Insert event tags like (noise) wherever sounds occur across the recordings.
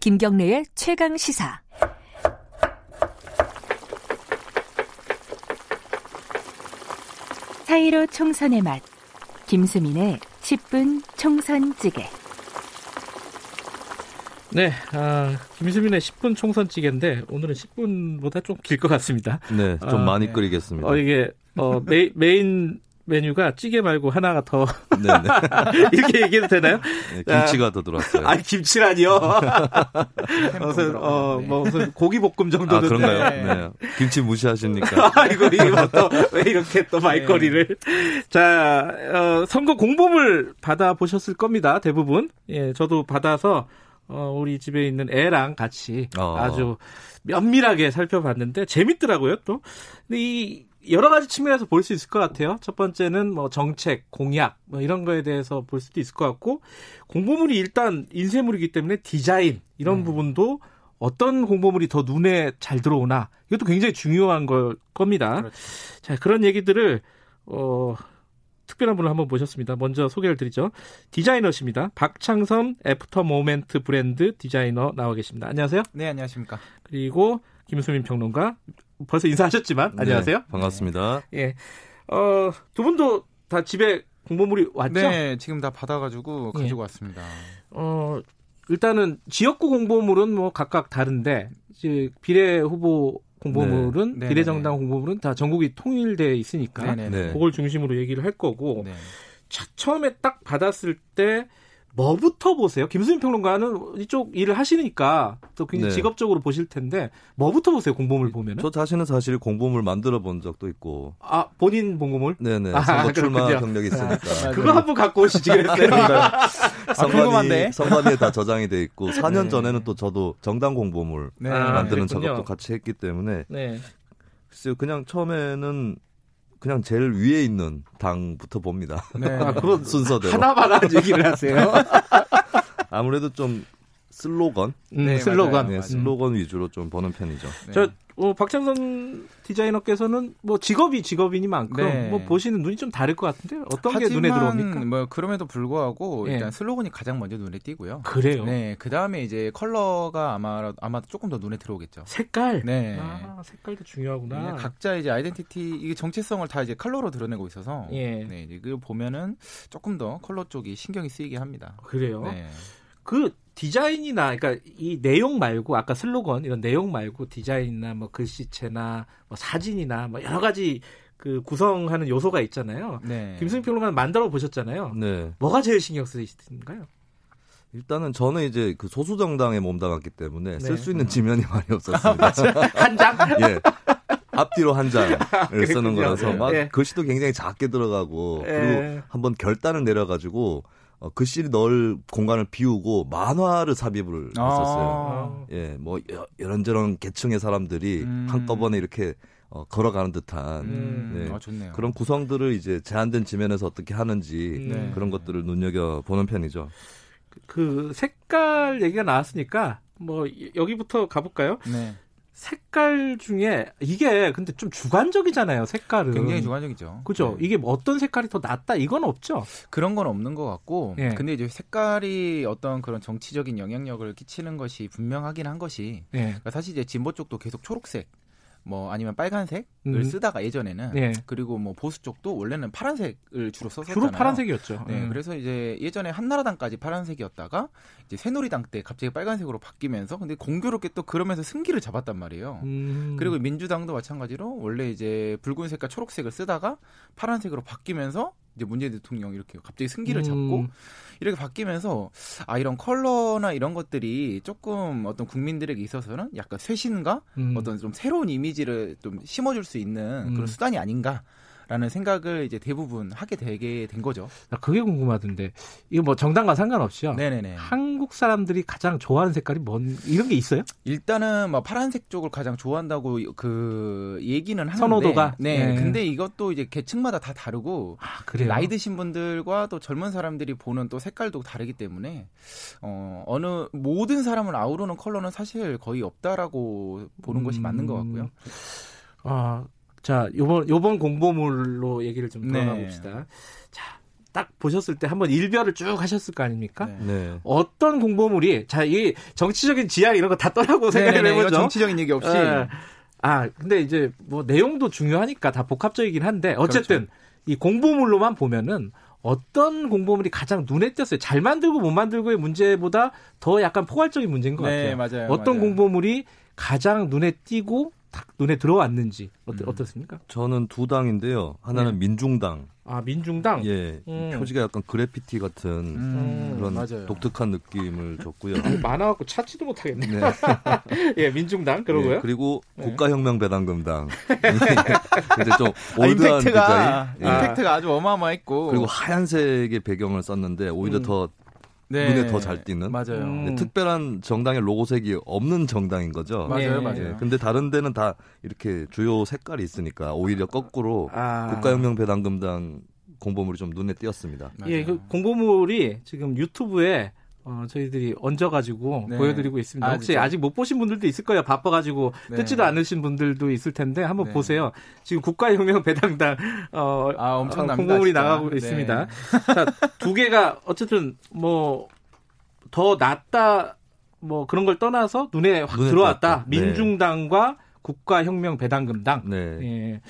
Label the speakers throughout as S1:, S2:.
S1: 김경래의 최강 시사. 사이로 총선의 맛. 김수민의 10분 총선 찌개.
S2: 네, 아, 김수민의 10분 총선 찌개인데 오늘은 10분보다 좀 길 것 같습니다.
S3: 네, 좀
S2: 아,
S3: 많이
S2: 네.
S3: 끓이겠습니다.
S2: 어, 이게 어, 메, 메인 메뉴가 찌개 말고 하나가 더
S3: 네네.
S2: (laughs) 이렇게 얘기해도 되나요?
S3: 네, 김치가 더 들어왔어요.
S2: 아, 아니 김치라니요. 무슨 어뭐 무슨 고기 볶음 정도는
S3: 아, 그런가요?
S2: 네.
S3: 네. 김치 무시하십니까?
S2: 아이고 이거 또왜 이렇게 또 말거리를 자 어, 선거 공보물 받아 보셨을 겁니다 대부분 예 저도 받아서 어, 우리 집에 있는 애랑 같이
S3: 어.
S2: 아주 면밀하게 살펴봤는데 재밌더라고요 또 근데 이 여러 가지 측면에서 볼 수 있을 것 같아요. 첫 번째는 뭐 정책, 공약 뭐 이런 거에 대해서 볼 수도 있을 것 같고 공보물이 일단 인쇄물이기 때문에 디자인 이런 부분도 어떤 공보물이 더 눈에 잘 들어오나 이것도 굉장히 중요한 걸 겁니다. 자 그런 얘기들을 어, 특별한 분을 한번 모셨습니다. 먼저 소개를 드리죠. 디자이너십니다. 박창선 애프터 모멘트 브랜드 디자이너 나와 계십니다. 안녕하세요.
S4: 네, 안녕하십니까.
S2: 그리고 김수민 평론가 벌써 인사하셨지만
S3: 네,
S2: (laughs) 안녕하세요.
S3: 반갑습니다.
S2: 예. 어, 두 분도 다 집에 공보물이 왔죠?
S4: 네, 지금 다 받아가지고
S2: 예.
S4: 가지고 왔습니다.
S2: 어, 일단은 지역구 공보물은 뭐 각각 다른데, 이제 비례 후보 공보물은,
S4: 네.
S2: 비례정당
S4: 네네네.
S2: 공보물은 다 전국이 통일되어 있으니까,
S3: 네.
S2: 그걸 중심으로 얘기를 할 거고,
S4: 네.
S2: 차- 처음에 딱 받았을 때, 뭐부터 보세요? 김수민 평론가는 이쪽 일을 하시니까 또 굉장히
S3: 네.
S2: 직업적으로 보실 텐데 뭐부터 보세요? 공보물 보면은
S3: 저 자신은 사실 공보물 만들어 본 적도 있고,
S2: 아 본인 공보물
S3: 네네.
S2: 아,
S3: 선거 출마
S2: 그렇군요. 아,
S3: 경력이 있으니까.
S2: 그거 한번 갖고 오시지 그랬어요.
S3: 선관위,
S2: 아,
S4: 궁금한데.
S3: 선관위에 다 저장이 돼 있고, 4년
S4: 네.
S3: 전에는 또 저도 정당 공보물
S4: 네.
S2: 아, 그랬군요.
S3: 만드는 작업도 같이 했기 때문에,
S2: (laughs) 네.
S3: 글쎄요, 그냥 처음에는 그냥 제일 위에 있는 당부터 봅니다.
S2: (laughs)
S4: 네.
S2: 아, 그런
S3: (laughs) 순서대로.
S2: 하나만 한 얘기를 하세요.
S3: 아무래도 좀 슬로건,
S4: 네,
S2: 슬로건.
S4: 맞아요.
S3: 네, 슬로건 위주로 좀 보는 편이죠.
S4: 네.
S2: 저 어, 박창선 디자이너께서는 뭐 직업이 직업이니만큼
S4: 네.
S2: 뭐 보시는 눈이 좀 다를 것 같은데 어떤 게
S4: 하지만
S2: 눈에 들어옵니까?
S4: 뭐 그럼에도 불구하고
S2: 예.
S4: 일단 슬로건이 가장 먼저 눈에 띄고요.
S2: 그래요.
S4: 네, 그 다음에 이제 컬러가 아마 아마 조금 더 눈에 들어오겠죠.
S2: 색깔.
S4: 네.
S2: 아, 색깔도
S4: 이게
S2: 중요하구나.
S4: 각자 이제 아이덴티티 이게 정체성을 다 이제 컬러로 드러내고 있어서
S2: 예.
S4: 네, 이제 그 보면은 조금 더 컬러 쪽이 신경이 쓰이게 합니다.
S2: 그래요.
S4: 네.
S2: 그 디자인이나 그러니까 이 내용 말고 아까 슬로건 이런 내용 말고 디자인이나 뭐 글씨체나 뭐 사진이나 뭐 여러 가지 그 구성하는 요소가 있잖아요.
S4: 네.
S2: 김승희 평론가는 만들어 보셨잖아요.
S3: 네.
S2: 뭐가 제일 신경 쓰이신가요?
S3: 일단은 저는 이제 그 소수 정당에 몸담았기 때문에
S2: 네.
S3: 쓸 수 있는 지면이 (laughs) 많이 없었습니다.
S2: 한
S4: (laughs)
S2: 장?
S3: 예. 앞뒤로 한 장을 쓰는
S2: 그랬군요.
S3: 거라서 막
S2: 예.
S3: 글씨도 굉장히 작게 들어가고
S2: 예.
S3: 그리고 한번 결단을 내려가지고 어, 글씨 넣을 공간을 비우고 만화를 삽입을
S4: 아.
S3: 했었어요.
S2: 어.
S3: 예, 뭐 여- 이런저런 계층의 사람들이
S4: 음.
S3: 한꺼번에 이렇게 어, 걸어가는 듯한
S4: 음,
S3: 네.
S4: 아, 좋네요.
S3: 그런 구성들을 이제 제한된 지면에서 어떻게 하는지
S2: 네.
S3: 그런 것들을 눈여겨 보는 편이죠.
S2: 그 색깔 얘기가 나왔으니까 뭐 여기부터 가볼까요?
S4: 네.
S2: 색깔 중에 이게 근데 좀 주관적이잖아요. 색깔은
S4: (laughs) 굉장히 주관적이죠.
S2: 그죠?
S4: 네.
S2: 이게 뭐 어떤 색깔이 더 낫다 이건 없죠.
S4: 그런 건 없는 것 같고,
S2: 예.
S4: 근데 이제 색깔이 어떤 그런 정치적인 영향력을 끼치는 것이 분명하긴 한 것이
S2: 예.
S4: 그러니까 사실 이제 진보 쪽도 계속 초록색, 뭐 아니면 빨간색을
S2: 음.
S4: 쓰다가 예전에는
S2: 예.
S4: 그리고 뭐 보수 쪽도 원래는 파란색을 주로 썼었잖아요.
S2: 주로 파란색이었죠.
S4: 네,
S2: 음.
S4: 그래서 이제 예전에 한나라당까지 파란색이었다가 이제 새누리당 때 갑자기 빨간색으로 바뀌면서 근데 공교롭게 또 그러면서 승기를 잡았단 말이에요.
S2: 음.
S4: 그리고 민주당도 마찬가지로 원래 이제 붉은색과 초록색을 쓰다가 파란색으로 바뀌면서 이제 문재인 대통령 이렇게 갑자기 승기를 잡고
S2: 음.
S4: 이렇게 바뀌면서 아 이런 컬러나 이런 것들이 조금 어떤 국민들에게 있어서는 약간 쇄신과
S2: 음.
S4: 어떤 좀 새로운 이미지를 좀 심어줄 수 있는
S2: 음.
S4: 그런 수단이 아닌가라는 생각을 이제 대부분 하게 되게 된 거죠.
S2: 나 그게 궁금하던데 이거 뭐 정당과 상관없이요.
S4: 네네네.
S2: 한국 사람들이 가장 좋아하는 색깔이 뭔 이런 게 있어요?
S4: 일단은 막 파란색 쪽을 가장 좋아한다고 그 얘기는 하는데
S2: 선호도가?
S4: 네.
S2: 예.
S4: 근데 이것도 이제 계층마다 다 다르고
S2: 아 그래요.
S4: 나이 드신 분들과 또 젊은 사람들이 보는 또 색깔도 다르기 때문에 어, 어느 모든 사람을 아우르는 컬러는 사실 거의 없다라고 보는 것이
S2: 음.
S4: 맞는 것 같고요.
S2: 아, 자, 요번 요번 공보물로 얘기를 좀
S4: 네.
S2: 돌아가 봅시다. 자, 딱 보셨을 때 한번 일별을 쭉 하셨을 거 아닙니까?
S4: 네.
S3: 네.
S2: 어떤 공보물이 자 이 정치적인 지향 이런 거 다 떠나고 생각을
S4: 네네네, 이거
S2: 해보죠.
S4: 정치적인 얘기 없이
S2: 예. 아 근데 이제 뭐 내용도 중요하니까 다 복합적이긴 한데 어쨌든
S4: 그렇죠.
S2: 이 공보물로만 보면은 어떤 공보물이 가장 눈에 띄었어요. 잘 만들고 못 만들고의 문제보다 더 약간 포괄적인 문제인 것 같아요.
S4: 네, 맞아요.
S2: 어떤
S4: 맞아요.
S2: 공보물이 가장 눈에 띄고 딱 눈에 들어왔는지
S4: 음.
S2: 어떻, 어떻습니까?
S3: 저는 두 당인데요.
S4: 예.
S3: 하나는 민중당.
S2: 아 민중당
S3: 예.
S2: 음.
S3: 표지가 약간 그래피티 같은
S4: 음,
S3: 그런
S4: 맞아요.
S3: 독특한 느낌을
S4: (laughs)
S3: 줬고요.
S2: 많아갖고 찾지도 못하겠네. (laughs)
S3: 네.
S2: 예 민중당 그러고요.
S3: 예, 그리고
S2: 네.
S4: (laughs)
S3: 국가혁명배당금당. 근데 좀
S4: 아,
S3: 올드한
S4: 임팩트가
S3: 디자인. 예.
S4: 임팩트가 아주 어마어마했고
S3: 그리고 하얀색의 배경을 썼는데 오히려
S2: 음.
S3: 더
S4: 네.
S3: 눈에 더잘 띄는?
S4: 맞아요.
S2: 음.
S3: 네, 특별한 정당의 로고색이 없는 정당인 거죠.
S4: 맞아요,
S2: 예.
S4: 맞아요.
S3: 예, 근데 다른 데는 다 이렇게 주요 색깔이 있으니까 오히려 거꾸로
S2: 아.
S3: 국가혁명배당금당 공보물이 좀 눈에 띄었습니다.
S4: 맞아요.
S2: 예, 그 공보물이 지금 유튜브에 어, 저희들이 얹어가지고
S4: 네.
S2: 보여드리고 있습니다.
S4: 아,
S2: 혹시
S4: 진짜요?
S2: 아직 못 보신 분들도 있을 거예요. 바빠가지고
S4: 네.
S2: 뜯지도 않으신 분들도 있을 텐데 한번
S4: 네.
S2: 보세요. 지금 국가혁명 배당당 어,
S4: 아, 엄청납니다,
S2: 어, 공보물이
S4: 진짜.
S2: 나가고
S4: 네.
S2: 있습니다. 자, 두 개가 어쨌든 뭐 더 낫다 뭐 그런 걸 떠나서 눈에 확
S3: 눈에
S2: 들어왔다.
S3: 들어왔다. 네.
S2: 민중당과 국가혁명 배당금당.
S3: 네.
S2: 예.
S4: 네.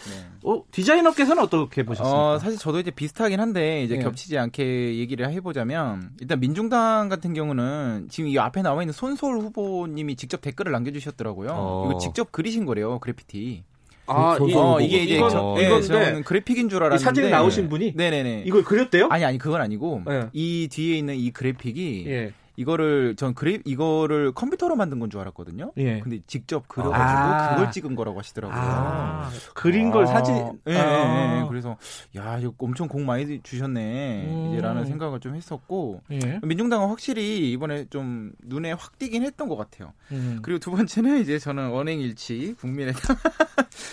S2: 어, 디자이너께서는 어떻게 보셨습니까?
S4: 어, 사실 저도 이제 비슷하긴 한데 이제
S2: 예.
S4: 겹치지 않게 얘기를 해보자면 일단 민중당 같은 경우는 지금 이 앞에 나와 있는 손소울 후보님이 직접 댓글을 남겨주셨더라고요.
S3: 어.
S4: 이거 직접 그리신 거래요 그래피티.
S2: 아,
S3: 손-
S2: 이-
S3: 손-
S4: 어,
S3: 후보.
S4: 이게 이제
S2: 이건-
S4: 저,
S2: 이건데
S4: 예, 저는 그래픽인 줄
S2: 이
S4: 알았는데
S2: 사진에 나오신 분이
S4: 네네네.
S2: 이걸 그렸대요?
S4: 아니 아니 그건 아니고
S2: 예.
S4: 이 뒤에 있는 이 그래픽이
S2: 예.
S4: 이거를 전 그래 이거를 컴퓨터로 만든 건 줄 알았거든요.
S2: 예.
S4: 근데 직접 그려가지고
S2: 아.
S4: 그걸 찍은 거라고 하시더라고요.
S2: 아, 그린 걸
S4: 아,
S2: 사진.
S4: 예, 예,
S2: 아.
S4: 예, 예. 그래서 야 이거 엄청 공 많이 주셨네
S2: 음.
S4: 이제라는 생각을 좀 했었고
S2: 예.
S4: 민중당은 확실히 이번에 좀 눈에 확 띄긴 했던 것 같아요.
S2: 음.
S4: 그리고 두 번째는 이제 저는 원행일치 국민의당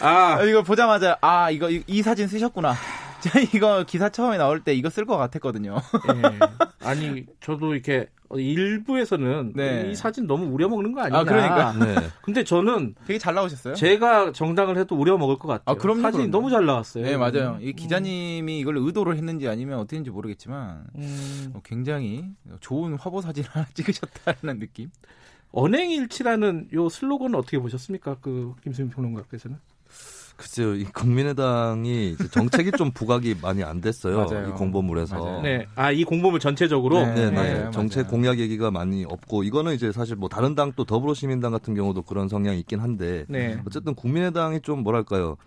S2: 아,
S4: 이거 보자마자 아 이거 이, 이 사진 쓰셨구나. (laughs) 제가 이거 기사 처음에 나올 때 이거 쓸 것 같았거든요. 아,
S2: 예. 아니 저도 이렇게 일부에서는
S4: 네.
S2: 이 사진 너무 우려 먹는 거 아니냐.
S4: 아, 그러니까.
S3: 네.
S2: 근데 저는
S4: 되게 잘 나오셨어요.
S2: 제가 정당을 해도 우려 먹을 것 같아요.
S4: 아, 그럼요,
S2: 사진이
S4: 그럼요.
S2: 너무 잘 나왔어요.
S4: 네 맞아요. 이 기자님이 이걸 의도를 했는지 아니면 어땠는지 모르겠지만
S2: 음.
S4: 어, 굉장히 좋은 화보 사진 하나 찍으셨다는 느낌.
S2: 언행일치라는 요 슬로건은 어떻게 보셨습니까? 그 김수민 평론가께서는.
S3: 글쎄요, 이 국민의당이 이제 정책이 좀 부각이 많이 안 됐어요.
S4: 맞아요.
S3: 이 공보물에서.
S4: 맞아요.
S2: 네. 아, 이 공범을 전체적으로.
S3: 네,
S4: 어. 네,
S3: 맞아요.
S4: 맞아요.
S3: 정책 공약 얘기가 많이 없고 이거는 이제 사실 뭐 다른 당 또 더불어시민당 같은 경우도 그런 성향이 있긴 한데
S4: 음.
S2: 네.
S3: 어쨌든 국민의당이 좀 뭐랄까요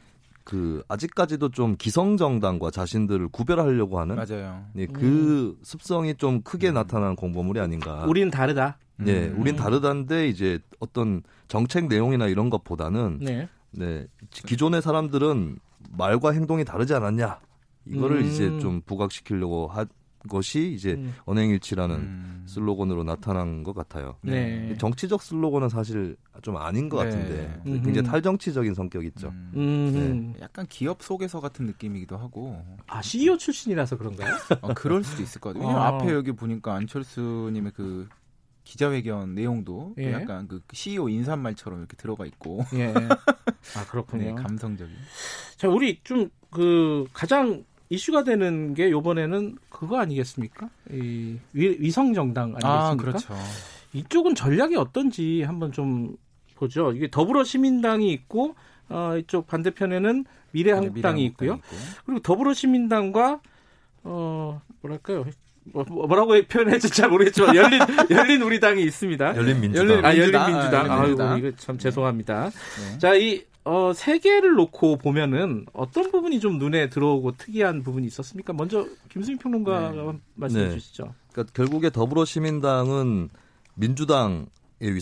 S3: 그 아직까지도 좀 기성 정당과 자신들을 구별하려고 하는
S4: 맞아요. 음.
S3: 예, 그 습성이 좀 크게 나타난 공보물이 아닌가.
S2: 우린 다르다.
S3: 예,
S4: 음.
S3: 우린 다르다는데 이제 어떤 정책 내용이나 이런
S4: 음.
S3: 것보다는
S2: 네.
S3: 네, 기존의 사람들은 말과 행동이 다르지 않았냐 이거를
S2: 음.
S3: 이제 좀 부각시키려고 한 것이
S4: 네.
S3: 이제
S2: 음.
S3: 언행일치라는
S4: 음.
S3: 슬로건으로 나타난 것 같아요.
S2: 네.
S3: 정치적 슬로건은 사실 좀 아닌 것
S4: 네.
S3: 같은데
S2: 음흠.
S3: 굉장히 탈정치적인 성격이 있죠.
S4: 음.
S2: 음.
S4: 약간 기업 속에서 같은 느낌이기도 하고
S2: 아, CEO 출신이라서 그런가요? (laughs)
S4: 어, 그럴 수도 있을 것 같아요. 왜냐면
S2: 아.
S4: 앞에 여기 보니까 안철수님의 그 기자회견 내용도 또
S2: 예.
S4: 약간 그 CEO 인사말처럼 이렇게 들어가 있고
S2: 예. 아, 그렇군요.
S4: 네, 감성적인.
S2: 자, 우리 좀 그 가장 이슈가 되는 게 요번에는 그거 아니겠습니까? 이 위, 성 정당 아니겠습니까?
S4: 아 그렇죠.
S2: 이쪽은 전략이 어떤지 한번 좀 보죠. 이게 더불어 시민당이 있고 어, 이쪽 반대편에는 네, 미래한국당이 있고요. 그리고 더불어시민당과 어 뭐랄까요? 뭐, 라고 (laughs) 표현할지 잘 모르겠지만 열린 열린 우리당이 있습니다.
S3: 열린 민주당.
S4: 열린-
S2: 아 열린
S4: 민주당.
S2: 민주당.
S4: 아,
S2: 아,
S4: 열린민주당.
S2: 유 이거 참 죄송합니다.
S4: 네.
S2: 자, 이, 어, 세 개를 놓고 보면은 어떤 부분이 좀 눈에 들어오고 특이한 부분이 있었습니까? 먼저 김수민 평론가가 말씀해
S3: 네.
S2: 주시죠.
S3: 그러니까 결국에 더불어시민당은 민주당의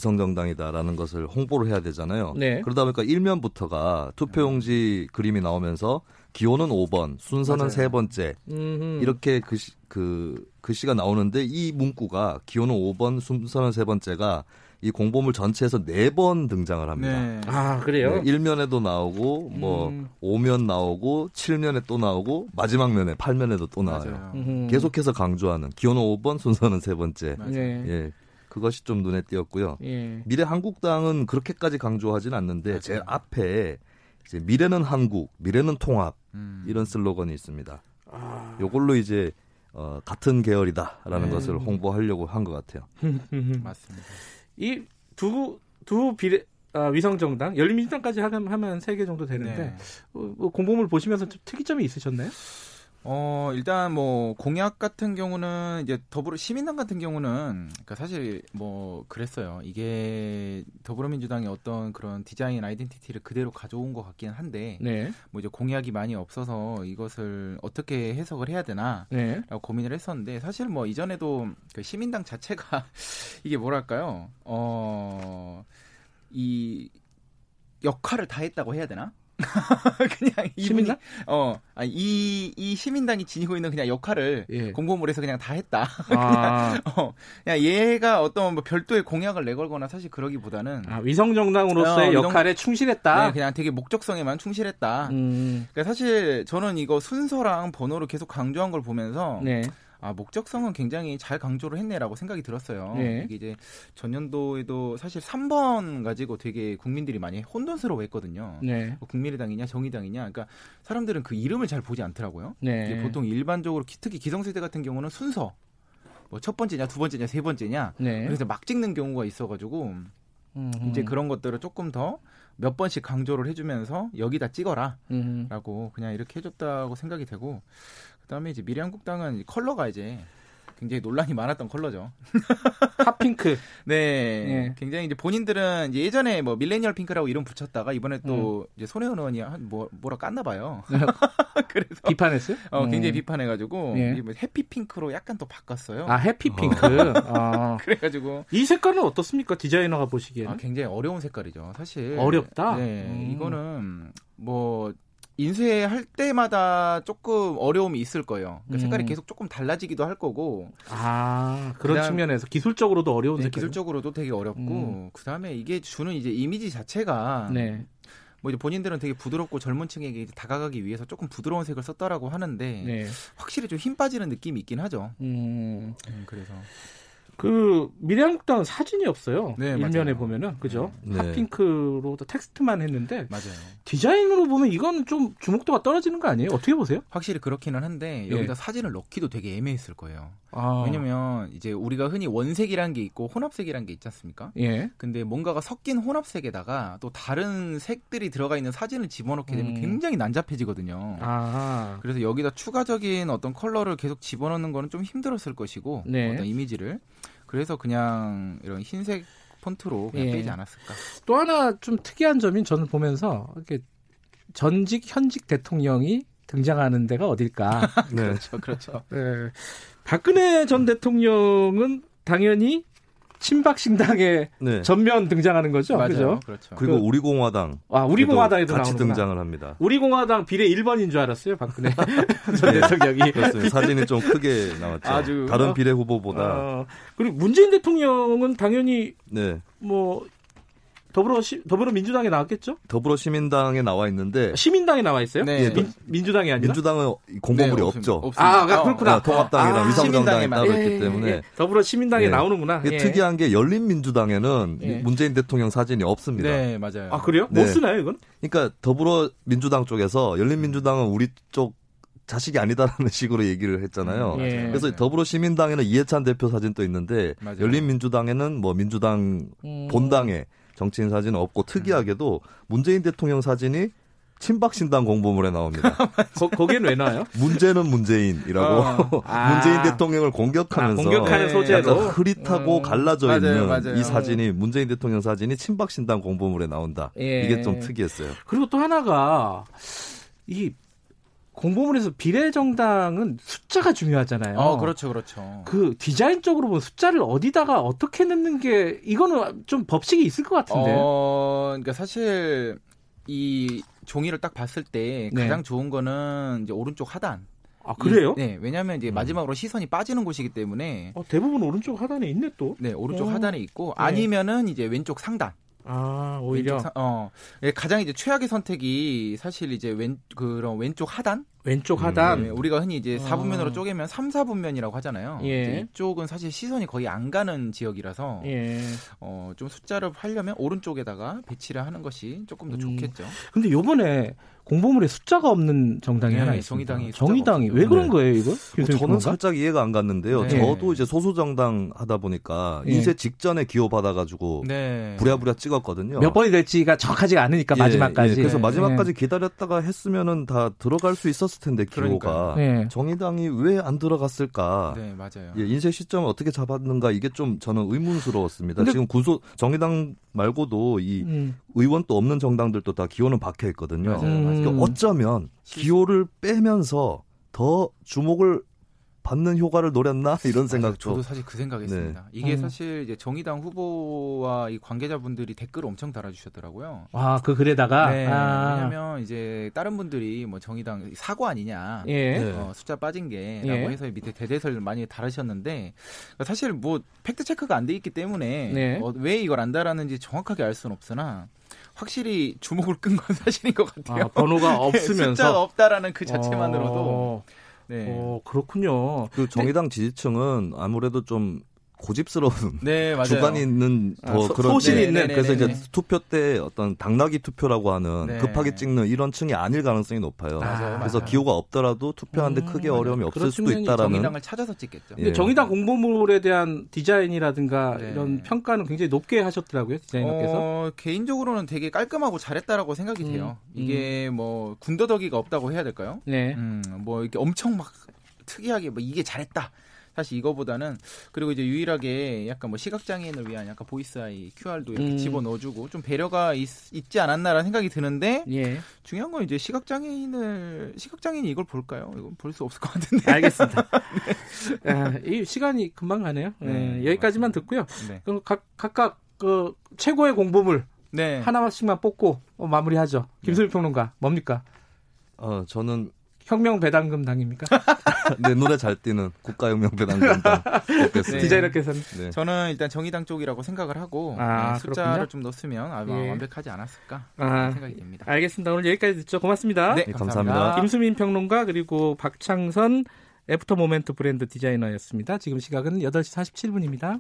S3: 위성정당이다라는 것을 홍보를 해야 되잖아요.
S2: 네.
S3: 그러다 보니까 일면부터가 투표용지 그림이 나오면서 기호는 5번, 순서는
S4: 맞아요.
S3: 세 번째
S2: 음,
S3: 이렇게 글씨, 그 글씨가 나오는데 이 문구가 기호는 5번, 순서는 세 번째가 이 공보물 전체에서 네 번 등장을 합니다.
S4: 네.
S2: 아 그래요?
S3: 네, 1면에도 나오고 뭐
S2: 음.
S3: 오 5면 나오고 7면에 또 나오고 마지막 면에 8면에도 또 나와요.
S4: 맞아요.
S2: 음.
S3: 계속해서 강조하는 기호는 5번 순서는 세 번째.
S4: 맞아요.
S2: 네. 예.
S3: 예. 그것이 좀 눈에 띄었고요. 미래 한국당은 그렇게까지 강조하진 않는데
S4: 맞아요.
S3: 제일 앞에 이제 미래는 한국, 미래는 통합
S4: 음.
S3: 이런 슬로건이 있습니다.
S2: 아,
S3: 요걸로 이제 어, 같은 계열이다라는
S2: 네.
S3: 것을 홍보하려고 한 것 같아요.
S4: 맞습니다.
S2: 음. 이 두 두 비례 아, 위성정당 열린민주당까지 하면 하면 세 개 정도 되는데
S4: 네.
S2: 어, 뭐 공보물 보시면서 좀 특이점이 있으셨나요?
S4: 어 일단 뭐 공약 같은 경우는 이제 더불어 시민당 같은 경우는 그니까 사실 뭐 그랬어요 이게 더불어민주당의 어떤 그런 디자인 아이덴티티를 그대로 가져온 것 같긴 한데
S2: 네,
S4: 뭐 이제 공약이 많이 없어서 이것을 어떻게 해석을 해야 되나
S2: 네,
S4: 라고 고민을 했었는데 사실 뭐 이전에도 그 시민당 자체가 (laughs) 이게 뭐랄까요 어이 역할을 다 했다고 해야 되나? (laughs) 그냥 이분이-
S2: 시민당?
S4: 어, 아니 이, 이 시민당이 지니고 있는 그냥 역할을
S2: 예.
S4: 공보물에서 그냥 다 (laughs) 했다.
S2: 아,
S4: 어, 그냥 얘가 어떤 뭐 별도의 공약을 내걸거나 사실 그러기보다는
S2: 아, 위성정당으로서의
S4: 어, 위성-
S2: 역할에 충실했다.
S4: 네, 그냥 되게 목적성에만 충실했다.
S2: 아. 음,
S4: 그러니까 사실 저는 이거 순서랑 번호를 계속 강조한 걸 보면서
S2: 네,
S4: 아 목적성은 굉장히 잘 강조를 했네라고 생각이 들었어요.
S2: 네.
S4: 이게 이제 전년도에도 사실 3번 가지고 되게 국민들이 많이 혼돈스러워했거든요.
S2: 네,
S4: 뭐 국민의당이냐 정의당이냐, 그러니까 사람들은 그 이름을 잘 보지 않더라고요.
S2: 네.
S4: 이게 보통 일반적으로 기- 특히 기성세대 같은 경우는 순서, 뭐 첫 번째냐, 두 번째냐, 세 번째냐.
S2: 네.
S4: 그래서 막 찍는 경우가 있어가지고
S2: 음,
S4: 이제
S2: 음,
S4: 그런 것들을 조금 더 몇 번씩 강조를 해주면서 여기다 찍어라.
S2: 음.
S4: 라고 그냥 이렇게 해줬다고 생각이 되고 그다음에 이제 미래한국당은 컬러가 이제 굉장히 논란이 많았던 컬러죠.
S2: 핫핑크.
S4: (laughs) 네,
S2: 네.
S4: 굉장히 이제 본인들은 이제 예전에 뭐 밀레니얼 핑크라고 이름 붙였다가 이번에 또 이제 손혜원 의원이 한 뭐, 뭐라 깠나 봐요. (laughs) 그래서
S2: 비판했어요?
S4: 어, 굉장히
S2: 음.
S4: 비판해가지고
S2: 예.
S4: 이뭐 해피 핑크로 약간 또 바꿨어요.
S2: 아 해피 핑크. (laughs) 아.
S4: 그래가지고
S2: 이 색깔은 어떻습니까? 디자이너가 보시기에는
S4: 아, 굉장히 어려운 색깔이죠. 사실
S2: 어렵다.
S4: 네,
S2: 음.
S4: 이거는 뭐 인쇄할 때마다 조금 어려움이 있을 거예요. 그러니까
S2: 음.
S4: 색깔이 계속 조금 달라지기도 할 거고
S2: 아 그런
S4: 그다음-
S2: 측면에서 기술적으로도 어려운
S4: 네,
S2: 색깔.
S4: 기술적으로도 되게 어렵고
S2: 음.
S4: 그다음에 이게 주는 이제 이미지 자체가
S2: 네.
S4: 뭐 이제 본인들은 되게 부드럽고 젊은 층에게 이제 다가가기 위해서 조금 부드러운 색을 썼다라고 하는데
S2: 네.
S4: 확실히 좀 힘 빠지는 느낌이 있긴 하죠.
S2: 음.
S4: 음, 그래서
S2: 그 미래한국당은 사진이 없어요.
S4: 네,
S2: 일면에
S4: 맞아요.
S2: 보면은 그죠?
S3: 네.
S2: 핫핑크로 텍스트만 했는데
S4: 맞아요.
S2: 디자인으로 보면 이건 좀 주목도가 떨어지는 거 아니에요? 어떻게 보세요?
S4: 확실히 그렇기는 한데
S2: 예.
S4: 여기다 사진을 넣기도 되게 애매했을 거예요.
S2: 아.
S4: 왜냐면 이제 우리가 흔히 원색이란 게 있고 혼합색이란 게 있지 않습니까?
S2: 예.
S4: 근데 뭔가가 섞인 혼합색에다가 또 다른 색들이 들어가 있는 사진을 집어넣게 되면
S2: 음.
S4: 굉장히 난잡해지거든요.
S2: 아.
S4: 그래서 여기다 추가적인 어떤 컬러를 계속 집어넣는 거는 좀 힘들었을 것이고
S2: 네.
S4: 어떤 이미지를 그래서 그냥 이런 흰색 폰트로 그냥
S2: 예.
S4: 빼지 않았을까?
S2: 또 하나 좀 특이한 점인 저는 보면서 이렇게 전직 현직 대통령이 등장하는 데가 어딜까?
S3: 네.
S4: 그렇죠, 그렇죠.
S2: (laughs) 네. 박근혜 전 대통령은 당연히 친박 신당에
S3: 네.
S2: 전면 등장하는 거죠.
S4: 맞아요,
S2: 그죠?
S4: 그렇죠.
S3: 그리고
S2: 그-
S3: 우리공화당
S2: 아, 우리 공화당에도
S3: 같이
S2: 나오는구나.
S3: 등장을 합니다.
S2: 우리 공화당 비례 1번인 줄 알았어요,
S3: (laughs)
S2: 박근혜 (laughs) 전 대통령이.
S3: 네. 그렇습니다. 사진이 좀 크게 나왔죠.
S2: 아주-
S3: 다른 비례 후보보다
S2: 어, 그리고 문재인 대통령은 당연히
S3: 네
S2: 뭐 더불어 시, 더불어민주당에 나왔겠죠?
S3: 더불어시민당에 나와 있는데
S2: 시민당에 나와 있어요?
S4: 네.
S3: 예, 또-
S2: 민, 주당이 아니라
S3: 민주당은 공보물이
S4: 네, 없습니다.
S3: 없죠.
S4: 없습니다.
S2: 아, 그렇구나.
S4: 어,
S3: 아, 통합당이랑
S2: 아,
S3: 위성정당이
S4: 시민당에만.
S3: 따로
S2: 예,
S3: 있기
S2: 예,
S3: 때문에
S2: 예. 더불어 시민당에
S3: 예.
S2: 나오는구나.
S3: 이게
S2: 예.
S3: 특이한 게 열린민주당에는
S2: 예.
S3: 문재인 대통령 사진이 없습니다.
S4: 네, 맞아요.
S2: 아 그래요? 못
S3: 네.
S2: 쓰나요 이건?
S3: 그러니까 더불어민주당 쪽에서 열린민주당은 우리 쪽 자식이 아니다라는 (laughs) 식으로 얘기를 했잖아요.
S4: 음, 네.
S2: 예.
S3: 그래서 더불어시민당에는 이해찬 대표 사진도 있는데
S4: 맞아요.
S3: 열린민주당에는 뭐 민주당
S4: 음.
S2: 음.
S3: 본당에 정치인 사진은 없고 특이하게도 문재인 대통령 사진이 친박신당 공보물에 나옵니다.
S2: 거, 거기엔 왜 나와요?
S3: 문제는 문재인이라고 (laughs)
S2: 아.
S3: 문재인 대통령을 공격하면서
S2: 아, 공격하는
S4: 네.
S2: 소재로
S3: 약간 흐릿하고
S2: 음.
S3: 갈라져
S4: 맞아요,
S3: 있는
S4: 맞아요.
S3: 이 사진이 문재인 대통령 사진이 친박신당 공보물에 나온다.
S2: 예.
S3: 이게 좀 특이했어요.
S2: 그리고 또 하나가 이 공보물에서 비례정당은 숫자가 중요하잖아요.
S4: 어, 그렇죠, 그렇죠.
S2: 그 디자인적으로 보면 숫자를 어디다가 어떻게 넣는 게 이거는 좀 법칙이 있을 것 같은데.
S4: 어, 그러니까 사실 이 종이를 딱 봤을 때
S2: 네.
S4: 가장 좋은 거는 이제 오른쪽 하단.
S2: 아 그래요? 음.
S4: 이- 네, 왜냐하면 이제 마지막으로 시선이 빠지는 곳이기 때문에
S2: 어, 대부분 오른쪽 하단에 있네 또.
S4: 네 오른쪽
S2: 오.
S4: 하단에 있고
S2: 네.
S4: 아니면은 이제 왼쪽 상단.
S2: 아
S4: 왼쪽 상- 어, 예, 가장 이제 최악의 선택이 사실 이제 왼 그런 왼쪽 하단
S2: 왼쪽
S3: 음,
S2: 하단.
S4: 네, 우리가 흔히 이제
S2: 아.
S4: 4분면으로 쪼개면 3, 4분면이라고 하잖아요.
S2: 예.
S4: 이제 이쪽은 사실 시선이 거의 안 가는 지역이라서
S2: 예.
S4: 어, 좀 숫자를 하려면 오른쪽에다가 배치를 하는 것이 조금 더
S2: 음.
S4: 좋겠죠.
S2: 근데 요번에 공보물에 숫자가 없는 정당이
S4: 네,
S2: 하나 있습니다.
S4: 정의당이 숫자가 뭐
S2: 정의당이
S4: 없어요.
S2: 왜 그런
S3: 네.
S2: 거예요, 이거?
S3: 저는
S2: 김수민 평론가?
S3: 살짝 이해가 안 갔는데요.
S4: 네.
S3: 저도 이제 소수정당 하다 보니까
S2: 예.
S3: 인쇄 직전에 기호받아가지고
S4: 네.
S3: 부랴부랴 찍었거든요.
S2: 몇 번이 될지가 정확하지 않으니까
S3: 예,
S2: 마지막까지.
S3: 예, 그래서
S4: 네.
S3: 마지막까지 기다렸다가 했으면은 다 들어갈 수 있었을 텐데 기호가
S4: 그러니까요.
S2: 예.
S3: 정의당이 왜 안 들어갔을까?
S4: 네, 맞아요.
S3: 예, 인쇄 시점을 어떻게 잡았는가 이게 좀 저는 의문스러웠습니다.
S2: 근데-
S3: 지금 군소 정의당 말고도
S4: 예.
S3: 이
S2: 음.
S3: 의원도 없는 정당들도 다 기호는 박혀 있거든요.
S4: 맞아요.
S3: 그러니까 어쩌면 기호를 빼면서 더 주목을 받는 효과를 노렸나 (laughs) 이런
S4: 저도
S3: 생각도 네.
S4: 사실 그 생각했습니다. 이게
S2: 음.
S4: 사실 이제 정의당 후보와 이 관계자분들이 댓글 을 엄청 달아주셨더라고요.
S2: 와, 그 글에다가.
S4: 네,
S2: 아.
S4: 왜냐면 이제 다른 분들이 뭐 정의당 사과 아니냐.
S2: 예.
S3: 네.
S4: 어, 숫자 빠진 게라고
S2: 예.
S4: 해서 밑에 대대설 많이 달으셨는데 사실 뭐 팩트 체크가 안 돼 있기 때문에
S2: 네.
S4: 어, 왜 이걸 안 달았는지 정확하게 알 수는 없으나 확실히 주목을 끈 건 (laughs) 사실인 것 같아요.
S2: 아,
S4: (laughs)
S2: 번호가
S4: 네, 숫자가
S2: 없으면서.
S4: 없다라는 그 자체만으로도
S2: 어,
S4: 네.
S2: 어, 그렇군요.
S3: 그 정의당 지지층은 아무래도 좀 고집스러운
S4: 네 맞아요.
S3: 주관이 있는
S2: 아,
S3: 더
S2: 소-
S3: 그런
S2: 소신이 있는.
S3: 그래서 이제
S4: 네네네.
S3: 투표 때 어떤 당나귀 투표라고 하는
S4: 네.
S3: 급하게 찍는 이런 층이 아닐 가능성이 높아요.
S4: 맞아요,
S3: 그래서
S4: 맞아요.
S3: 기호가 없더라도 투표하는데
S2: 음,
S3: 크게
S2: 맞아요.
S3: 어려움이
S2: 그런
S3: 없을 수도
S2: 측면이
S3: 있다라는
S4: 정의당을 찾아서 찍겠죠. 어,
S3: 예.
S2: 근데 정의당 공보물에 대한 디자인이라든가
S4: 네.
S2: 이런 평가는 굉장히 높게 하셨더라고요 디자이너께서.
S4: 어, 개인적으로는 되게 깔끔하고 잘했다라고 생각이
S2: 음,
S4: 돼요. 이게 뭐 군더더기가 없다고 해야 될까요?
S2: 네.
S4: 음, 뭐 이렇게 엄청 막 특이하게 뭐 이게 잘했다. 사실 이거보다는 그리고 이제 유일하게 약간 뭐 시각 장애인을 위한 약간 보이스 아이 QR도 이렇게
S2: 음.
S4: 집어 넣어주고 좀 배려가 있, 지 않았나라는 생각이 드는데
S2: 예.
S4: 중요한 건 이제 시각 장애인을 시각 장애인이 이걸 볼까요? 이건 볼 수 없을 것 같은데.
S2: 알겠습니다. 아, 이 시간이 금방 가네요. 예,
S4: 네,
S2: 여기까지만
S4: 맞습니다.
S2: 듣고요.
S4: (laughs) 네.
S2: 그럼 각, 각각 그 최고의 공보물
S4: 네.
S2: 하나씩만 뽑고 어, 마무리하죠. 김수일 평론가 뭡니까?
S3: 어, 저는
S2: 혁명 배당금 당입니까? (laughs)
S3: 내 눈에 잘 띄는 국가혁명배당금당
S4: 네.
S3: 없겠습니다.
S2: 디자이너께서는
S3: 네.
S4: 저는 일단 정의당 쪽이라고 생각을 하고
S2: 아,
S4: 네, 숫자를
S2: 그렇군요.
S4: 좀 넣었으면 아마
S2: 예.
S4: 완벽하지 않았을까
S2: 아,
S4: 생각이 됩니다.
S2: 알겠습니다. 오늘 여기까지 듣죠. 고맙습니다. 아.
S3: 네, 감사합니다.
S2: 김수민 평론가 그리고 박창선 애프터 모멘트 브랜드 디자이너였습니다. 지금 시각은 8시 47분입니다.